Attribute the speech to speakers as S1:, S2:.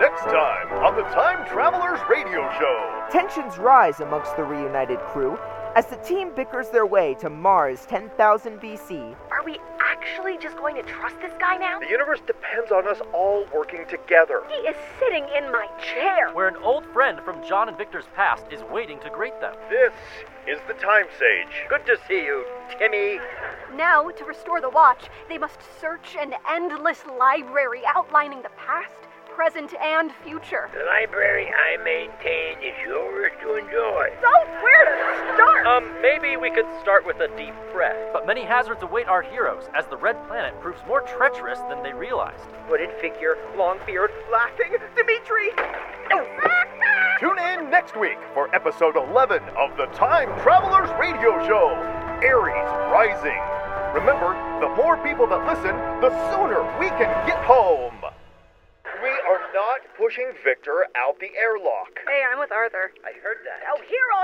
S1: Next time on the Time Travelers Radio Show.
S2: Tensions rise amongst the reunited crew as the team bickers their way to Mars 10,000 BC.
S3: Are we actually just going to trust this guy now?
S4: The universe depends on us all working together.
S3: He is sitting in my chair.
S5: Where an old friend from John and Victor's past is waiting to greet them.
S1: This is the Time Sage.
S6: Good to see you, Timmy.
S3: Now, to restore the watch, they must search an endless library outlining the past, present, and future.
S7: The library I maintain is yours to enjoy.
S3: So, where to start?
S6: Um, maybe we could start with a deep breath.
S5: But many hazards await our heroes as the Red Planet proves more treacherous than they realized.
S6: Hooded figure, long beard, laughing, Dimitri!
S1: Tune in next week for episode 11 of the Time Travelers Radio Show Aries Rising. Remember, the more people that listen, the sooner we can get home.
S4: We are not pushing Victor out the airlock.
S8: Hey, I'm with Arthur.
S7: I heard that.
S3: oh, here